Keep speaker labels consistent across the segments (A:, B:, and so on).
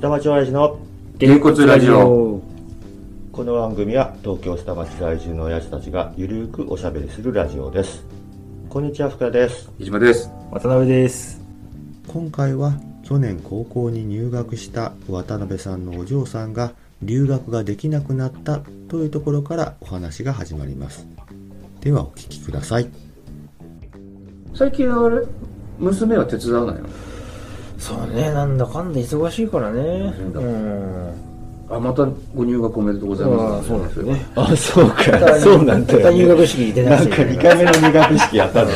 A: 下町親父の
B: げんこつラジオ。
A: この番組は東京下町在住の親父たちがゆるーくおしゃべりするラジオですこんにちは福田です
B: 飯島です。
C: 渡辺です。
A: 今回は去年高校に入学した渡辺さんのお嬢さんが留学ができなくなったというところからお話が始まりますではお聞きください
B: 最近あれ、娘は手伝わないの
C: そうね、なんだかんだ忙しいからね。
B: んだ
C: うん。
B: あ、またご入学おめでとうございます。
C: そうなんですよね。
A: あそう
C: また
A: か
C: また入学式出なくちゃいけない。
A: 目の入学式やったのね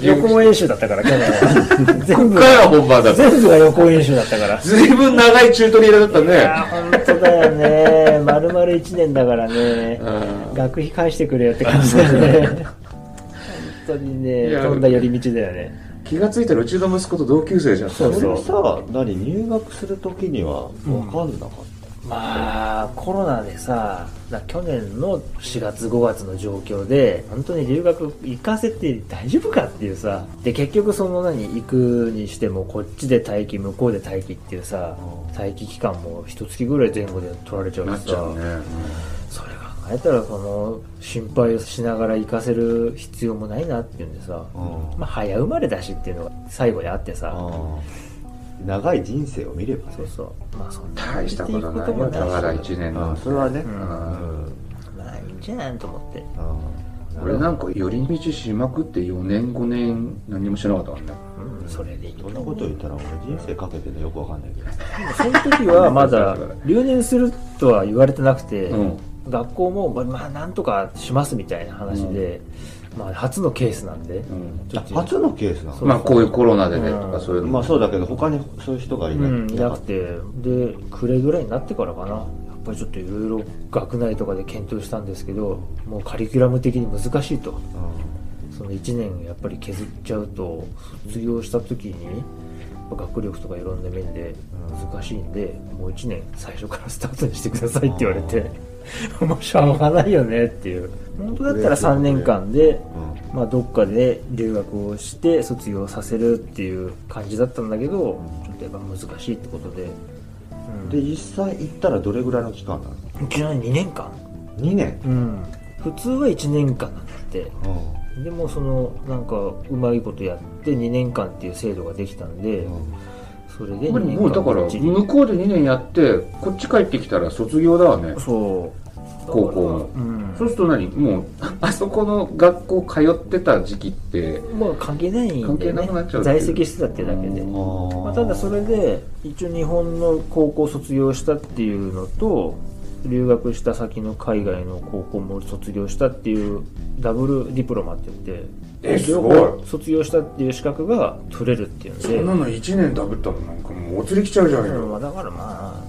C: 予行演習だったから、去年は。全部
B: こっか、ら本番だ ぜ。
C: 全部が予行演習だったから。
B: ずいぶん長いチュートリアルだった
C: いや
B: ね。
C: ー、本当だよね。丸々1年だからね。
B: あー
C: 学費返してくれよって感じだよね。本当にね、
B: いや
C: 飛んだ寄り道だよね。
B: 気がついたらうちの息子と同級生じゃん。
C: そうそう
A: 俺さ何入学する時には分かんなかった、
C: まあコロナでさだ去年の4月5月の状況で本当に留学行かせて大丈夫かっていうさで結局その何行くにしてもこっちで待機向こうで待機っていうさ待機期間も一月ぐらい前後で取られちゃう
B: なっ
C: し
B: ちゃ
C: さ
B: うね。
C: それ考えたらその心配をしながら行かせる必要もないなっていうんでさ
A: うん
C: まあ早生まれだしっていうのが最後にあってさ
A: あー長い人生を見ればね
C: そうそうまあそんな
B: 大したことない
C: 行
B: よ。
C: く
B: た
C: もな
B: から
C: いし
B: 1年
A: あ
B: の
A: ー。それはね、
C: うん
A: うん
C: ないんじゃないと思って
A: うん
B: 俺なんか寄り道しまくって4年5年何もしなかったからね。
C: うんそれでいいと
A: そ
C: 思
A: んな
C: う
A: こと言ったら俺人生かけてねよくわかんないけど
C: その時はまだ留年するとは言われてなくて、
B: うん。
C: 学校もまあまあなんとかしますみたいな話で、まあ初のケースなんで、
B: うん
C: ちょっと
A: 初のケースな
C: そう
B: まあこういうコロナでねとかそういう
A: の
B: の
A: ま
B: も
A: あそうだけど他にそういう人がいな
C: う
A: い、
C: ん、いなくてで暮れぐらいになってからかなやっぱりちょっといろいろ学内とかで検討したんですけどもうカリキュラム的に難しいとその1年やっぱり削っちゃうと卒業した時に学力とかいろんな面で難しいんで、もう1年最初からスタートにしてくださいって言われて もうしょうがないよねっていう本当だったら3年間で、
A: うん
C: まあ、どっかで留学をして卒業させるっていう感じだったんだけどちょっとやっぱ難しいってことで、うん、
A: で
C: で
A: 実際行ったらどれぐらいの期間なの
C: いきなり2年間、
A: 2年、
C: うん、普通は1年間なんだってでもそのなんかうまいことやって2年間っていう制度ができたんで、それで2
B: これ
C: 年間
B: もうだから
C: こっちに
B: 向こうで2年やってこっち帰ってきたら卒業だわね
C: そう
B: 高校も
C: うん
B: そうすると何もうあそこの学校通ってた時期って
C: まあ関係ないんで、ね、
B: 関係なくなっちゃうってい
C: 在
B: う
C: 籍してたってだけで、
B: うん
C: ま
A: ま
C: あ、ただそれで一応日本の高校卒業したっていうのと留学した先の海外の高校も卒業したっていうダブルディプロマって言って
B: えす
C: 両
B: ごい
C: 方卒業したっていう資格が取れるっていうんで
B: の1年ダブったらなんかもうお釣り来ちゃうじゃん
C: うんまあ、だからまあ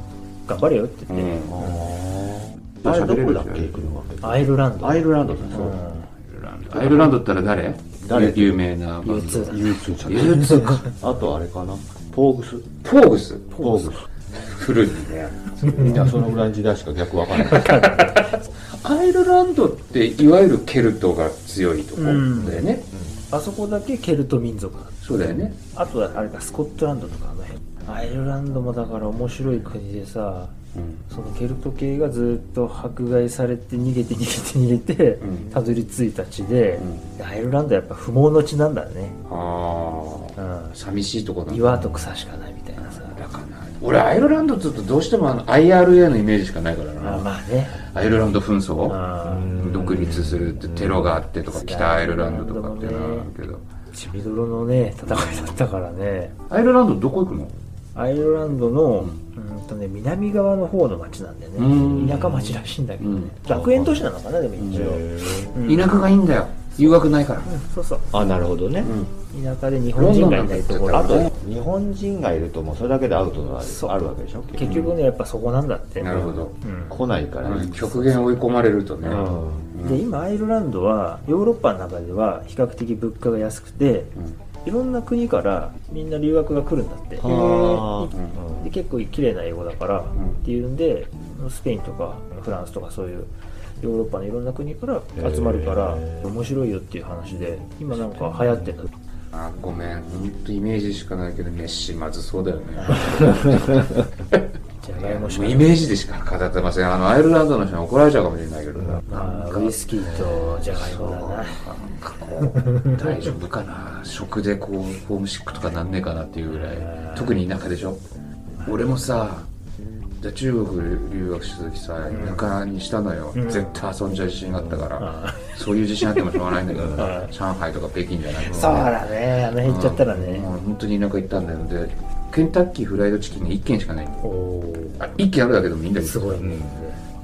C: 頑張れよって言って、
A: あれど
B: 喋れ
A: こ
B: る
A: だ
B: で
A: っ
B: しょ
A: け行くのは
C: アイルランド
A: アイルランドだ
C: う
A: そうん
B: アイルランドったら誰
A: 誰
B: 有名なバンド
C: U2 だ
A: U2 ちゃん
B: U2 か
A: あとあれかなポーグス
B: フォーブス
A: ポーグ
B: 古いね
A: スいやそのぐらいの時代しか逆わかんない
B: アイルランドっていわゆるケルトが強いとこだよね、
C: あそこだけケルト民族だった
B: そうだよね
C: あとはあれかスコットランドとかあの辺アイルランドもだから面白い国でさそのケルト系がずっと迫害されて逃げて逃げて逃げて、
B: うん
C: たどり着いた地で、
B: う
C: アイルランドはやっぱ不毛の地なんだね、
B: あ
C: う
B: あ
C: ん、
B: 寂しいとこだ
C: 岩と草しかないみたいなさ
B: だからな俺アイルランドっつうとどうしてもあの IRA のイメージしかないから
C: まあ
B: な
C: まあね
B: アイルランド紛
C: う
B: 争
C: ん
B: 独立するってテロがあってとか北アイルランドとかっていうのはあるけど
C: 血みどろのね戦いだったからね
B: アイルランドどこ行くの
C: アイルランドの、うんとね、南側の方の町なんだよ
B: うん
C: ね田舎町らしいんだけど
B: うん
C: ね学園都市なのかなでも一応、うん
B: 田舎がいいんだよ誘惑ないから
C: そうそう
A: あなるほどね、
C: 田舎で日本人がいないところ
A: あ
C: あ
A: と
C: と
A: 日本人がいるともうそれだけでアウトがある
C: そう
A: あるわけでしょ
C: 結局ねやっぱそこなんだって
B: なるほど
C: うん
A: 来ないからね、
B: 極限追い込まれるとね
A: うん
B: うん
C: で今アイルランドはヨーロッパの中では比較的物価が安くて
B: うん
C: いろんな国からみんな留学が来るんだって
A: は
B: ー
A: あ
C: で結構綺麗な英語だから
B: ん
C: っていうんでスペインとかフランスとかそういうヨーロッパのいろんな国から集まるから
A: へー
C: 面白いよっていう話で今なんか流行ってんだ
B: あごめん本当イメージしかないけど飯まずそうだよね
C: じゃがいもし
B: も
C: か
B: うイメージでしか語ってません。あの、アイルランドの人に怒られちゃうかもしれないけど、なん
C: まあ
B: か
C: ウイスキーとじゃがいもだな
B: 大丈夫かな。食でこう、ホームシックとかなんねえかなっていうぐらい。特に田舎でしょ。俺もさ、じゃあ中国留学した時さ、田舎にしたのよ。
C: うん
B: 絶対遊んじゃう自信があったから。
C: あ
B: そういう自信あってもしょうがないんだけど
C: う
B: な、上海とか北京じゃないもんね
C: そうだねあの辺行っちゃったら
B: うん
C: ね
B: もう本当に田舎行ったんだよでケンタッキーフライドチキンが1軒しかない
C: おお
B: あ1軒あるだけでもいいんだけど
C: すごいね
B: うんっ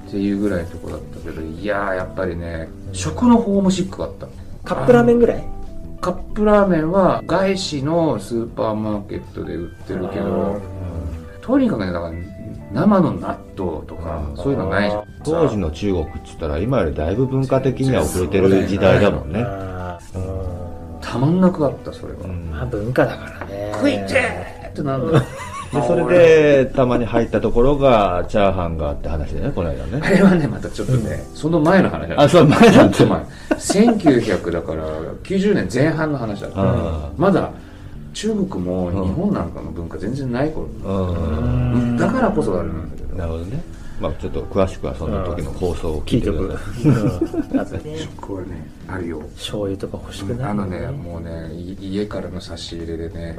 B: ていうぐらいのとこだったけどいやーやっぱりね食のホームシックがあった
C: カップラーメンぐらい
B: カップラーメンは外資のスーパーマーケットで売ってるけどとにかくねだから生の納豆とかそういうのないじゃん
A: 当時の中国っつったら今よりだいぶ文化的には遅れてる時代だもんね
C: あーうん
B: たまんなくあったそれが、
A: うん
C: まあ文化だからね
B: 食いてーってなるの
A: でそれでたまに入ったところがチャーハンがって話だよねこの間
B: あ
A: ね
B: れはね、またちょっとね、その前の話だ
A: あそう前だ
B: もっと前。1900だから、90年前半の話だった
A: あ。
B: まだ、中国も日本なんかの文化全然ない頃。
A: うん
B: だからこそあれなんだけど。
A: なるほどねまあちょっと詳しくはその時の放送を聞
C: 聞
A: い
C: い
A: て
C: と
A: く
C: く
A: ださい
C: うんあとね
B: これね、あるよ。
C: 醤油とか欲しくな
B: あ
C: る
B: のね、もうね、い家からの差し入れでね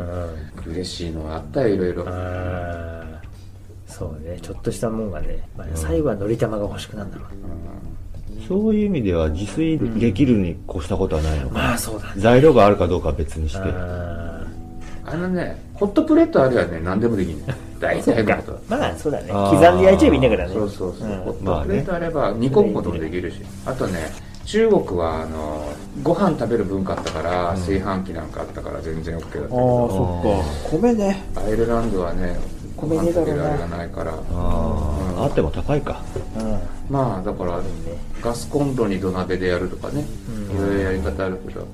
C: う、ん
B: 嬉しいのあったよ、いろいろ。
C: あーそうねちょっとしたもんがね、まあ、最後はのり玉が欲しくなるんだろう、
A: そういう意味では自炊できるに越したことはないのかな
C: まあそうだね
A: 材料があるかどうかは別にして
C: あ
B: あのね、ホットプレートあればね、何でもできるの。大体のことは。
C: ーまあそうだね
A: あー
C: 刻んで焼いちゃえばいいんだからね
B: そうそうそう、
C: ん
B: ホッ
A: ま
B: ト
A: あ
B: プ
A: ね
B: レートあれば煮込むこともできるし、あとね中国はあのご飯食べる文化あったから、炊飯器なんかあったから全然 OK だったけど
A: そ
D: っか米ね
B: アイルランドはねご
C: 米
B: 飯
C: ねだ
B: 食
C: ろ
B: べ
C: う
B: る
C: な
B: あれがないから
A: あ
B: うん
A: ああっても高いか
C: う
B: まあだからガスコンロに土鍋でやるとかね、いろいろやり方あるけど、うん、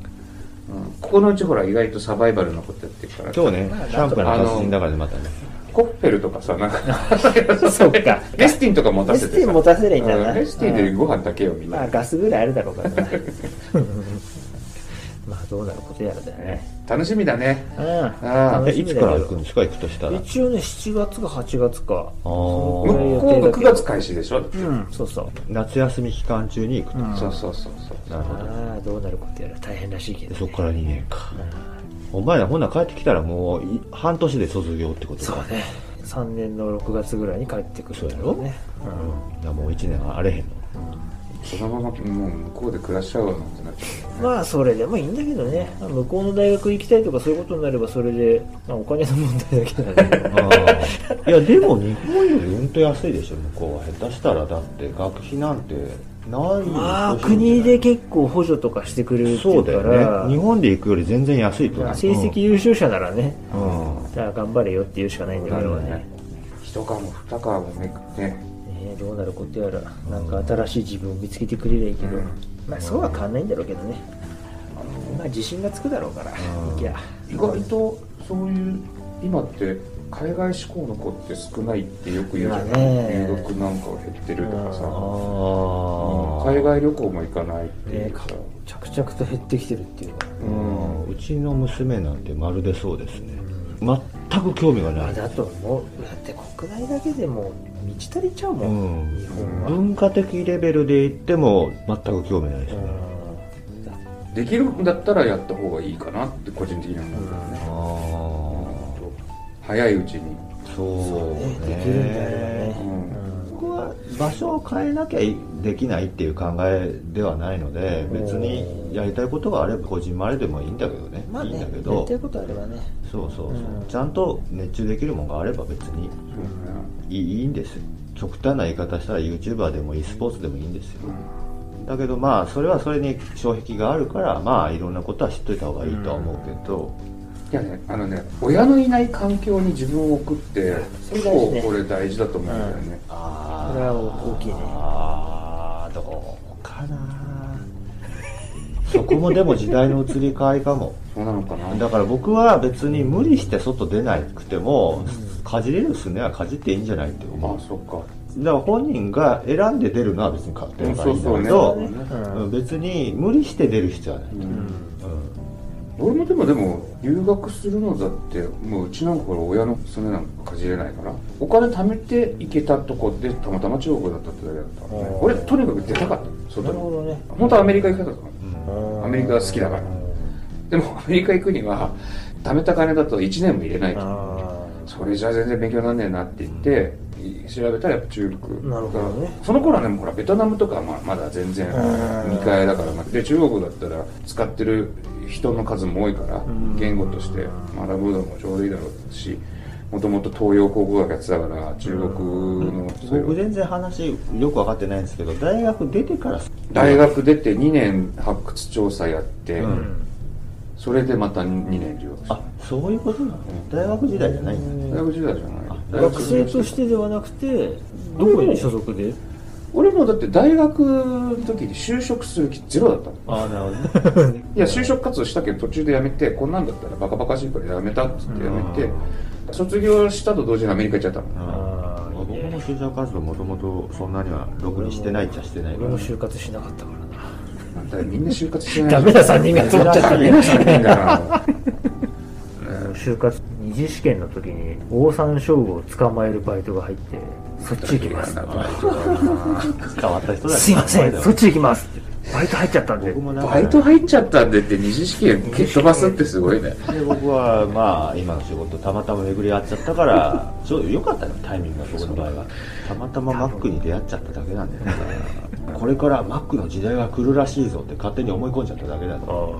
B: ここのうちほら意外とサバイバルのことやってるから
A: 今日ねシャンプーの達人だからねまたね
B: コッペルとかさなんか
C: ん そっか
B: レスティンとか持たせてさ
C: レスティン持たせりゃいいんだな
B: うレスティンでご飯だけよみんな、
C: まあガスぐらいあるだろうからな まあどうなることやらだよね
B: 楽しみだね
C: うん
B: あ
A: え
C: 楽し
A: い
C: み
A: つ
C: だ
A: から
C: け
A: 行くん
C: ど
A: ですか行くとしたらあ
C: 一応ね7月か8月か
A: あ
B: 向
C: その
B: こうが9
C: くらい予定だけど
B: 月開始でしょ、
C: うんそうそう
A: 夏休み期間中に行くと、
B: そうそうそうそう
A: なるほど
C: ああどうなることやら大変らしいけど、
A: で
C: ね、
A: そこから2年か、お前らほんなら帰ってきたらもうい半年で卒業ってこと
C: そう
A: か
C: ね3年の6月ぐらいに帰ってくるんだろうねうん
A: だからもう1年は荒れへんの
B: そのままもう向こうで暮らしちゃおうなんてなっちゃう
C: まあそれでもいいんだけどね向こうの大学行きたいとかそういうことになればそれで、まあ、お金の問題だけなんだけど
A: ああいやでも日本よりうんと安いでしょ向こうは下手したらだって学費なんてない
C: まあ
A: 年
C: 国で結構補助とかしてくれるってい
A: そう
C: う
A: だ
C: か
A: よ
C: ら
A: ね日本で行くより全然安いと
C: ま
A: 思
C: あ
A: う
C: 成績優秀者ならね、
A: うん、うん
C: じゃあ頑張れよっていうしかないんだけどね
A: なる
C: ね
B: 一かも二かもめくね
C: えどうなることやらなんか新しい自分を見つけてくれりゃいいけど、
B: うん
C: まあそうは変わんないんだろうけどねまあ自信がつくだろうから
A: うん
C: いや
B: 意外とそういう今って海外志向の子って少ないってよく言うじゃ
C: い
B: な
C: や
B: い、
C: ね
B: 留学なんかは減ってるとかさ、
C: うん
A: ああ
B: 海外旅行も行かないっていうさ、
C: 着々と減ってきてるっていうか
B: うん
A: うちの娘なんてまるでそうですね全く興味がない
C: だと思うだって国内だけでも満ち足りちゃうも、
A: うんん
C: 日本は、
A: 文化的レベルで言っても全く興味ないですね、
C: うんだ
B: できるんだったらやった方がいいかなって個人的には思うんだよね、
A: あ
B: 早いうちに、
A: あそうね
C: ねできるんであればね、
B: うん
C: うん
A: そこは場所を変えなきゃできないっていう考えではないので別にやりたいことがあれば個人まれでもいいんだけどね、
C: まあ
A: いいん
C: ね
A: だけ
C: やり
A: ど
C: たいことあればね
A: そうそうそう、
C: うん
A: ちゃんと熱中できるものがあれば別に
B: そうね
A: いいいいんですよ極端な言い方したら YouTuber でも e スポーツでもいいんですよだけどまあそれはそれに障壁があるからまあいろんなことは知っといた方がいいとは思うけど、
B: いやね、あのね、親のいない環境に自分を置くって、
C: それ
B: 結
C: 大事ね
B: 構これ大事だと思うんだよね。
A: あ
C: それは大きいね
A: あーどうかなそこもでも時代の移り変わりかも
B: そうなのかな。
A: だから僕は別に無理して外出なくても、かじれるすねはかじっていいんじゃないって
B: ま
A: 思
B: あ、そっか。
A: うだから本人が選んで出るのは別に勝手にいいんだけ
B: うんそうそうね
A: ど
B: そううん
A: うん別に無理して出る必要はない、
B: うん
A: うん
B: 俺もでもでも留学するのだってもううちなんかほら親のすねなんかかじれないからお金貯めて行けたとこでたまたま中国だったってだけだったからね
C: あー
B: 俺とにかく出たかった
C: な
B: 外
C: るほ
B: に
C: どね
B: 本当はアメリカ行きたかったの
C: うん
B: アメリカが好きだからでもアメリカ行くには貯めた金だと1年も入れないと
C: あ
B: それじゃ全然勉強になんねえなって言って調べたらやっぱ中
C: あ
B: 国
C: なるほどね
B: その頃はねもうほらベトナムとかはまあまだ全然
C: うん
B: 未開だからまあで中国だったら使ってる人の数も多いから
C: ん
B: 言語として学ぶのもちょうどいいだろうしもともと東洋考古学やってたから中国のそういう
A: 僕全然話よく分かってないんですけど大学出てから
B: 大学出て2年発掘調査やって、
A: うん
B: それでまた2年留学した
A: あそういうことなの大学時代じゃないんだ
B: 大学時代じゃない大
C: 学
B: 卒業
C: 生としてではなくてどこに所属で
B: 俺もだって大学の時に就職する気ゼロだったの
C: ああなるほどね
B: いや就職活動したけど途中で辞めてこんなんだったらバカバカしいから辞めたっつって辞めて卒業したと同時にアメリカ行っちゃったの
C: ああ
A: 僕も就職活動もともとそんなにはろくにしてないっちゃしてないか
C: 俺
A: ら
C: も就活しなかったからな
B: だからみんな就活してない
C: ダメだ3人が集まっちゃったね
B: だから
C: 就活二次試験の時に王さん将吾を捕まえるバイトが入ってそっち行きます
A: 変わった人だ
C: すいませ
A: お前だ
C: ん
A: わ
C: そっち行きますってバイト入っちゃったんで
A: 僕もなんか
B: バイト入っちゃったんでって二次試験蹴っ飛ばすってすごいね
A: で僕はまあ今の仕事たまたま巡り合っちゃったから ちょよかったねタイミングが僕の場合はたまたまマックに出会っちゃっただけなんだよだから これからマックの時代が来るらしいぞって勝手に思い込んじゃっただけだ
C: あ
A: と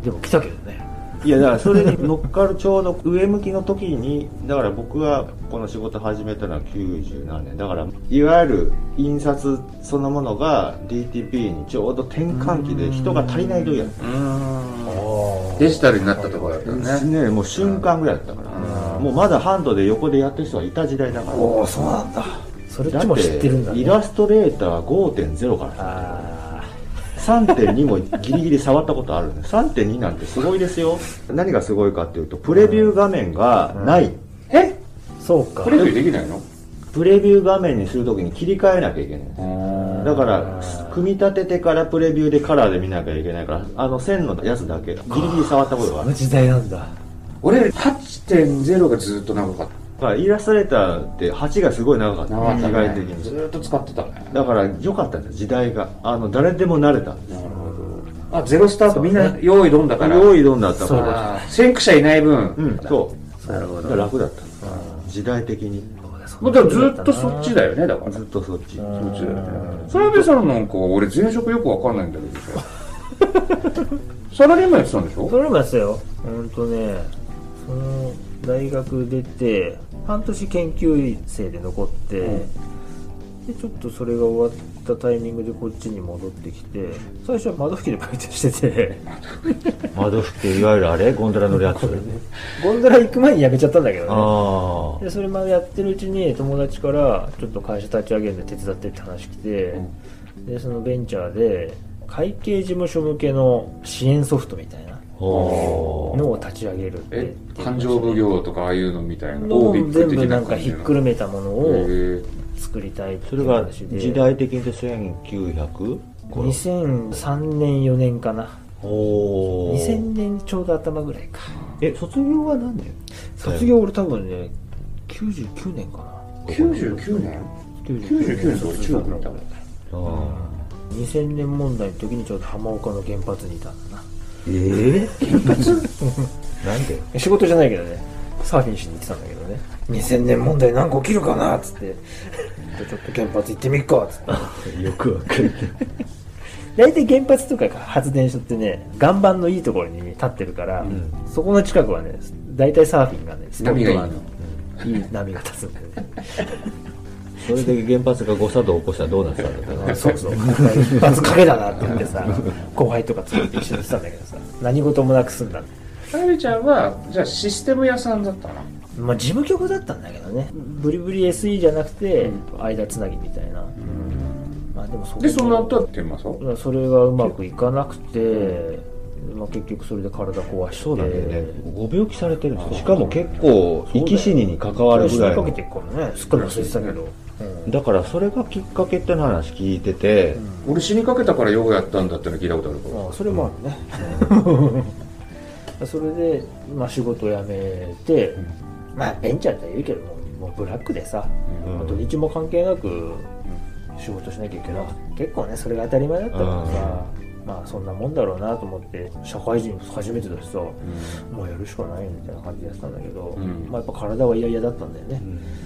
C: あでも来たけどね
A: いやだからそれに 乗っかるちょうど上向きの時にだから僕がこの仕事始めたのは90何年だからいわゆる印刷そのものが DTP にちょうど転換期で人が足りない時だった
B: デジタルになったところだったよ
A: です
B: ね
A: ねもう瞬間ぐらいだったから、もうまだハンドで横でやってる人がいた時代だから
C: おおそうなんだそれっちも知ってるんだ
A: ってイ
C: ね
A: ラストレーター5.0から
C: あ
A: 3.2もギリギリ触ったことあるね3.2なんてすごいですよ何がすごいかっていうとプレビュー画面がない、
B: え
C: あそうか
B: これよりできないの
A: プレビュー画面にするときに切り替えなきゃいけないだから組み立ててからプレビューでカラーで見なきゃいけないからあの線のやつだけギリギリ触ったことがあ
C: あ
A: る
C: の時代なんだ
B: 俺8.0がずっと長かっ
A: だからイラストレーターって8がすごい長かった
B: た長かった
A: 意外的
B: ね
A: に
B: ずっと使ってたね
A: だから良かったんです時代があの誰でも慣れたんです
B: なるほどあゼロスタートみんな用意どんだから
A: 用意どんだったか
C: そう
A: ら
B: あー先駆者いない分、
A: うんそうなるほど楽だった時代的に
B: もうでもずっとそっちだよねだから
A: ずっとそっち
B: そっちだよねそれでさんなんか俺前職よくわかんないんだけどさ サラリーマンやってたんでしょ
C: それもやったよほんとねその大学出て半年研究生で残って、でちょっとそれが終わったタイミングでこっちに戻ってきて最初は窓拭きでバイトしてて
A: 窓拭きいわゆるあれゴンドラ乗るやつ
C: ゴンドラ行く前に辞めちゃったんだけどね
A: あ
C: でそれまでやってるうちに友達からちょっと会社立ち上げるんで手伝ってって話来て、でそのベンチャーで会計事務所向けの支援ソフトみたいな
A: あお
C: のを立ち上げるって
B: え勘定奉行とかああいうのみたいな
C: のを
B: ビッ
C: 全部なんかひっくる
B: め
C: めたものを作りたいって
A: そ
C: い
A: れ
C: う
A: が
C: 話で
A: 時代的に言うと1900
C: 2003年4年かな
A: お
C: 2000年ちょうど頭ぐらいか
A: え卒業は何年
C: 卒業俺多分ね99年かな
B: 99年99年と俺中国にいたもん
A: あ
C: 2000年問題の時にちょうど浜岡の原発にいたんだな
A: ええ なんで
C: 仕事じゃないけどねサーフィンしに行ってたんだけどね2000年問題何個起きるかなっつって じゃあちょっと原発行ってみっかっつって
A: よくわかる
C: 大体原発とか発電所ってね岩盤のいいところに立ってるから、そこの近くはね大体サーフィンがねスポットがあるいい波が立つんだよね
A: それで原発が誤作動を起こしたらどうなってたんだろうな
C: そうそう一発かけだなって言ってさ後輩とか連れて一緒にしたんだけどさ何事もなく済んだ
B: サラリーちゃんはじゃあシステム屋さんだったな
C: まあ事務局だったんだけどねブリブリ SE じゃなくて、間つなぎみたいな、まあでもそこ
B: でその後は天満さん
C: いやそれがうまくいかなくて、まあ、結局それで体壊して
A: そうなんだよね、ご病気されてるんですよしかも結構生き死にに関わるぐらい
C: かけ
A: の
C: てるからねすっかり忘れてたけど、
A: だからそれがきっかけっての話聞いてて、
B: 俺死にかけたからヨガやったんだっての聞いたことあるから
C: まあそれもあるね、 それで、まあ、仕事を辞めて、まあベンチャーって言うけどももうブラックでさ、
A: うん
C: 土日も関係なく仕事しなきゃいけない結構ねそれが当たり前だったからさ、まあそんなもんだろうなと思って社会人初めてだしさ、もうやるしかないみたいな感じでやってたんだけど、
B: うん
C: まあやっぱ体は嫌々だったんだよね、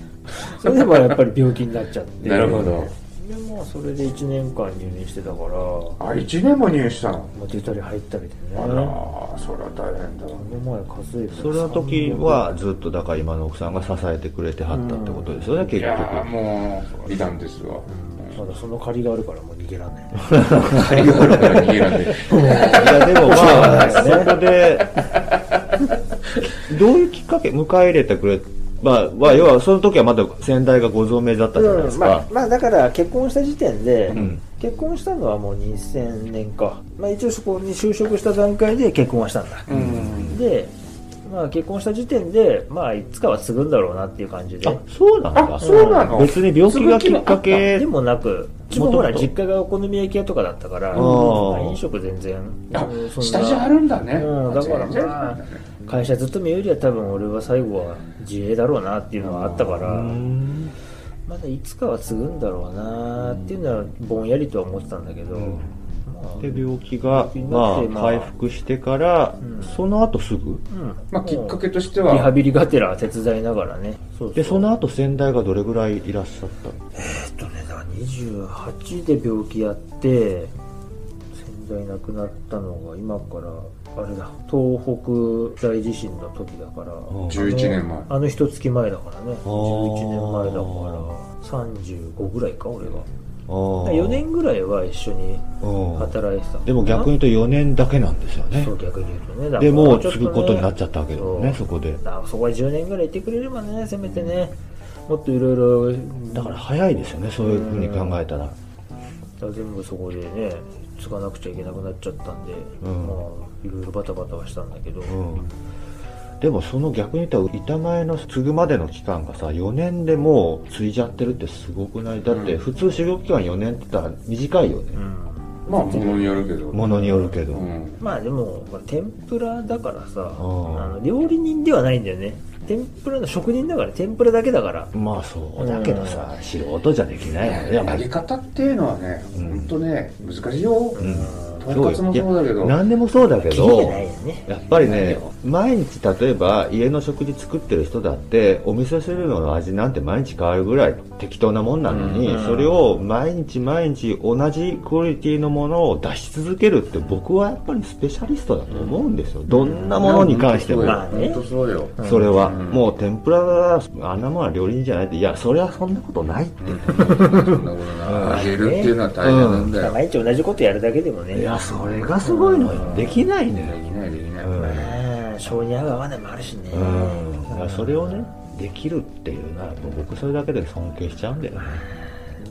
C: それでもやっぱり病気になっちゃって
B: なるほど
C: でもそれで1年間入院してたからも
B: あ1年も入院したの
C: う出たり入ったりでね
B: あ
C: あ
B: ら
C: の
B: ーそれは大変だ
C: 前数えて
A: その時はずっとだから今の奥さんが支えてくれてはったってことですよね、
B: い
A: 結
B: やー
A: 局
B: もう美談ですわ
C: まだその借りがあるからもう逃げらんない
B: 借りがあるから逃げられて
A: いやでもまあそこでどういうきっかけ迎え入れてくれまあ、まあ、要はその時はまだ先代がご存命だったじゃないです
C: ま
A: か
C: あ、、まあだから結婚した時点で、
A: ん
C: 結婚したのはもう2000年か、まあ、一応そこに就職した段階で結婚はしたんだ、 で、まあ、結婚した時点で、まあ、いつかは継ぐんだろうなっていう感じで
A: あそうなんだ
B: あそうなの
A: 別に病気がきっか
C: で
A: け
C: もなくうちもほら実家がお好み焼き屋とかだったから、
A: あー
C: まあ飲食全然
B: あ
C: うんそんな
B: 下地あるんだね
C: うんだから
B: 全然
C: まあ会社勤めよりは多分俺は最後は自営だろうなっていうのはあったから、
A: うん
C: まだいつかは継ぐんだろうなっていうのはぼんやりとは思ってたんだけど、
A: ん
C: まあ
A: で病気が
C: 病気に、な
A: ま
C: って
A: あ、回復してから、
C: うん
A: その後すぐ
C: うん
B: まあきっか
C: け
B: けとして
C: リハ
B: は
C: ビリがてら手伝いながらねそう
A: でその後先代がどれぐらいいらっしゃったの
C: えっとねだから28で病気やって先代亡くなったのが今からあれだ東北大地震の時だから
A: あ
B: 11年前
C: あの一月前だからね
A: あ
C: 11年前だから35ぐらいか俺が
A: あ
C: だ
A: ー
C: から4年ぐらいは一緒に
A: うん
C: 働いてたかな
A: でも逆に言うと4年だけなんですよね
C: そう逆に言うとねだから
A: でもう
C: ちょっ
A: 継
C: と
A: ぐことになっちゃ
C: ね
A: ったわけだもんね
C: そ
A: そうこで
C: だからそこは10年ぐらいいてくれればねせめてねもっといろいろ
A: だから早いですよねそういうふうに考えたら
C: 全部そこでねつかなくちゃいけなくなっちゃったんで、
A: うん
C: まあいろいろバタバタはしたんだけど、
A: うんでもその逆に言ったら板前の継ぐまでの期間がさ4年でもう継いじゃってるってすごくないだって普通修行期間4年って言ったら短いよね
C: うん
B: まあものによるけど
A: ものによるけど、
B: うん
C: まあでも、まあ天ぷらだからさあ
A: ん
C: の料理人ではないんだよね天ぷらの職人だから天ぷらだけだから
A: まあそうだけどさ、素人じゃできないよねいやまあ
B: 揚げ方っていうのはね
A: うん
B: 本当ね難しいよ
A: ん
B: とんかつもそうだけど
A: 何でもそうだけ
C: 切り
A: ど
C: がないよね
A: やっぱりね毎日例えば家の食事作ってる人だってお味噌汁の味なんて毎日変わるぐらい適当なもんなのに、
C: うん
A: それを毎日毎日同じクオリティのものを出し続けるって僕はやっぱりスペシャリストだと思うんですよ、どんなものに関しても、
B: いや
C: まあね
B: 本当そうよ
C: うん
A: それは、
B: うん
A: もう天ぷらだあんなものは料理人じゃないっていやそれはそんなことないって、
B: そんなことな揚げるっていうのは大変なんだ
C: まあ
B: よ
C: 毎日同じことやるだけでもね
A: いやそれがすごいのよ、できないの
B: で
A: よ、
B: きないできない
A: うん
C: まあ性に合う合わないもあるしね、
A: うん、だからそれをねできるっていうのはもう僕それだけで尊敬しちゃうんだよね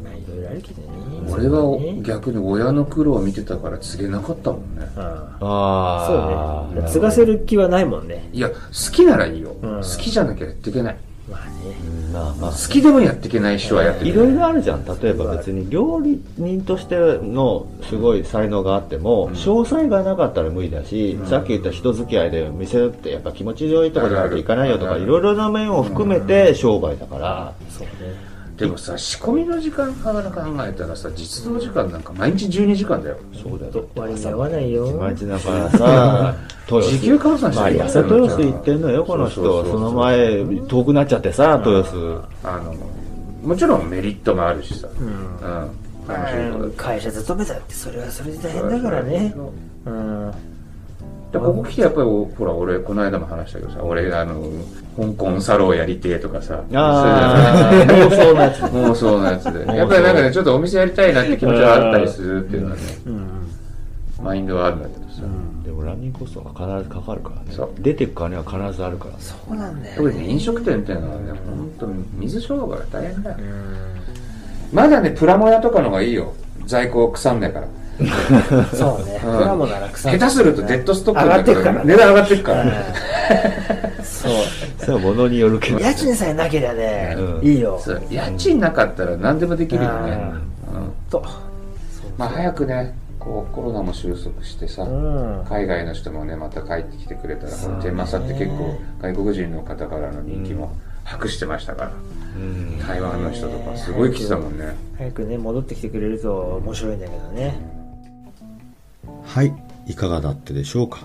C: まあいろいろあるけどね
B: 俺は
C: ね
B: 逆に親の苦労を見てたから告げなかったもんね
C: ああ
A: あ
C: そうね継がせる気はないもんね
B: いや好きならいいよ
C: うん
B: 好きじゃなきゃやっていけない
C: まあね
A: まあま
B: 好きでもやっていけない人はやっ
A: あ
B: てい
A: い
B: けな
A: ろ
B: い
A: いろあるじゃん例えば別に料理人としてのすごい才能があっても、詳細がなかったら無理だし、さっき言った人付き合いで店ってやっぱ気持ち良いとかじゃなくていかないよと
B: あ
A: か
B: るあ
A: い
B: る
A: ろいろな面を含めて商売だから、
C: そうね
B: でもさ仕込みの時間から考えたらさ実動時間なんか毎日12時間だよ
A: そうだよ
C: と割に合わないよ
A: 毎日だから さ豊
B: 時給換算して
A: 毎朝豊洲行ってんのよこの人
B: そうそうそう
A: その前遠くなっちゃってさ豊洲
B: あのもちろんメリットもあるしさうん
C: ん
B: 楽しいことだ
C: 会社勤めたってそれはそれで大変だからねうん
B: でここ来てやっぱりほら俺この間も話したけどさ俺あの香港サローやりてえとかさ
A: ああ妄想のやつ
B: もうそうなやつで やっぱりなんかねちょっとお店やりたいなって気持ちはあったりするっていうのはね
C: うん
B: マインドはあるんだけどさ
A: でもランニングコストが必ずかかるからね
B: そう
A: 出てく金は必ずあるから
C: そうなんだ
B: 特にね飲食店っていうのはね本当に水商売が大変だよ
C: うん
B: まだねプラモ屋とかの方がいいよ在庫腐んないから
C: そうねプ
B: うん
C: ラモなら腐
B: 下手するとデッドストック
C: 上
B: に
C: が
B: な
C: ってくから
B: 値段上がってくから、
C: うんそう
A: それは物によるけど
C: 家賃さえなけりゃね
A: うん
C: いいよ
B: そう家賃なかったら何でもできるよね、うん
C: とそう
B: まあ早くねここうコロナも収束してさ、
C: うん
B: 海外の人もねまた帰ってきてくれたらこ
C: そう
B: の
C: ね
B: 天満さんって結構外国人の方からの人気も博してましたから、
E: うん
B: 台湾の人とかすごい来てたもんね
C: 早くね戻ってきてくれると面白いんだけどね
A: はい、いかがだったでしょうか。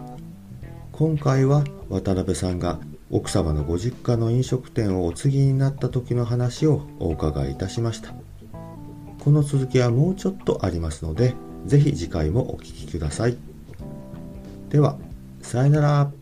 A: 今回は渡辺さんが奥様のご実家の飲食店をお継ぎになった時の話をお伺いいたしました。この続きはもうちょっとありますので、ぜひ次回もお聞きください。では、さよなら。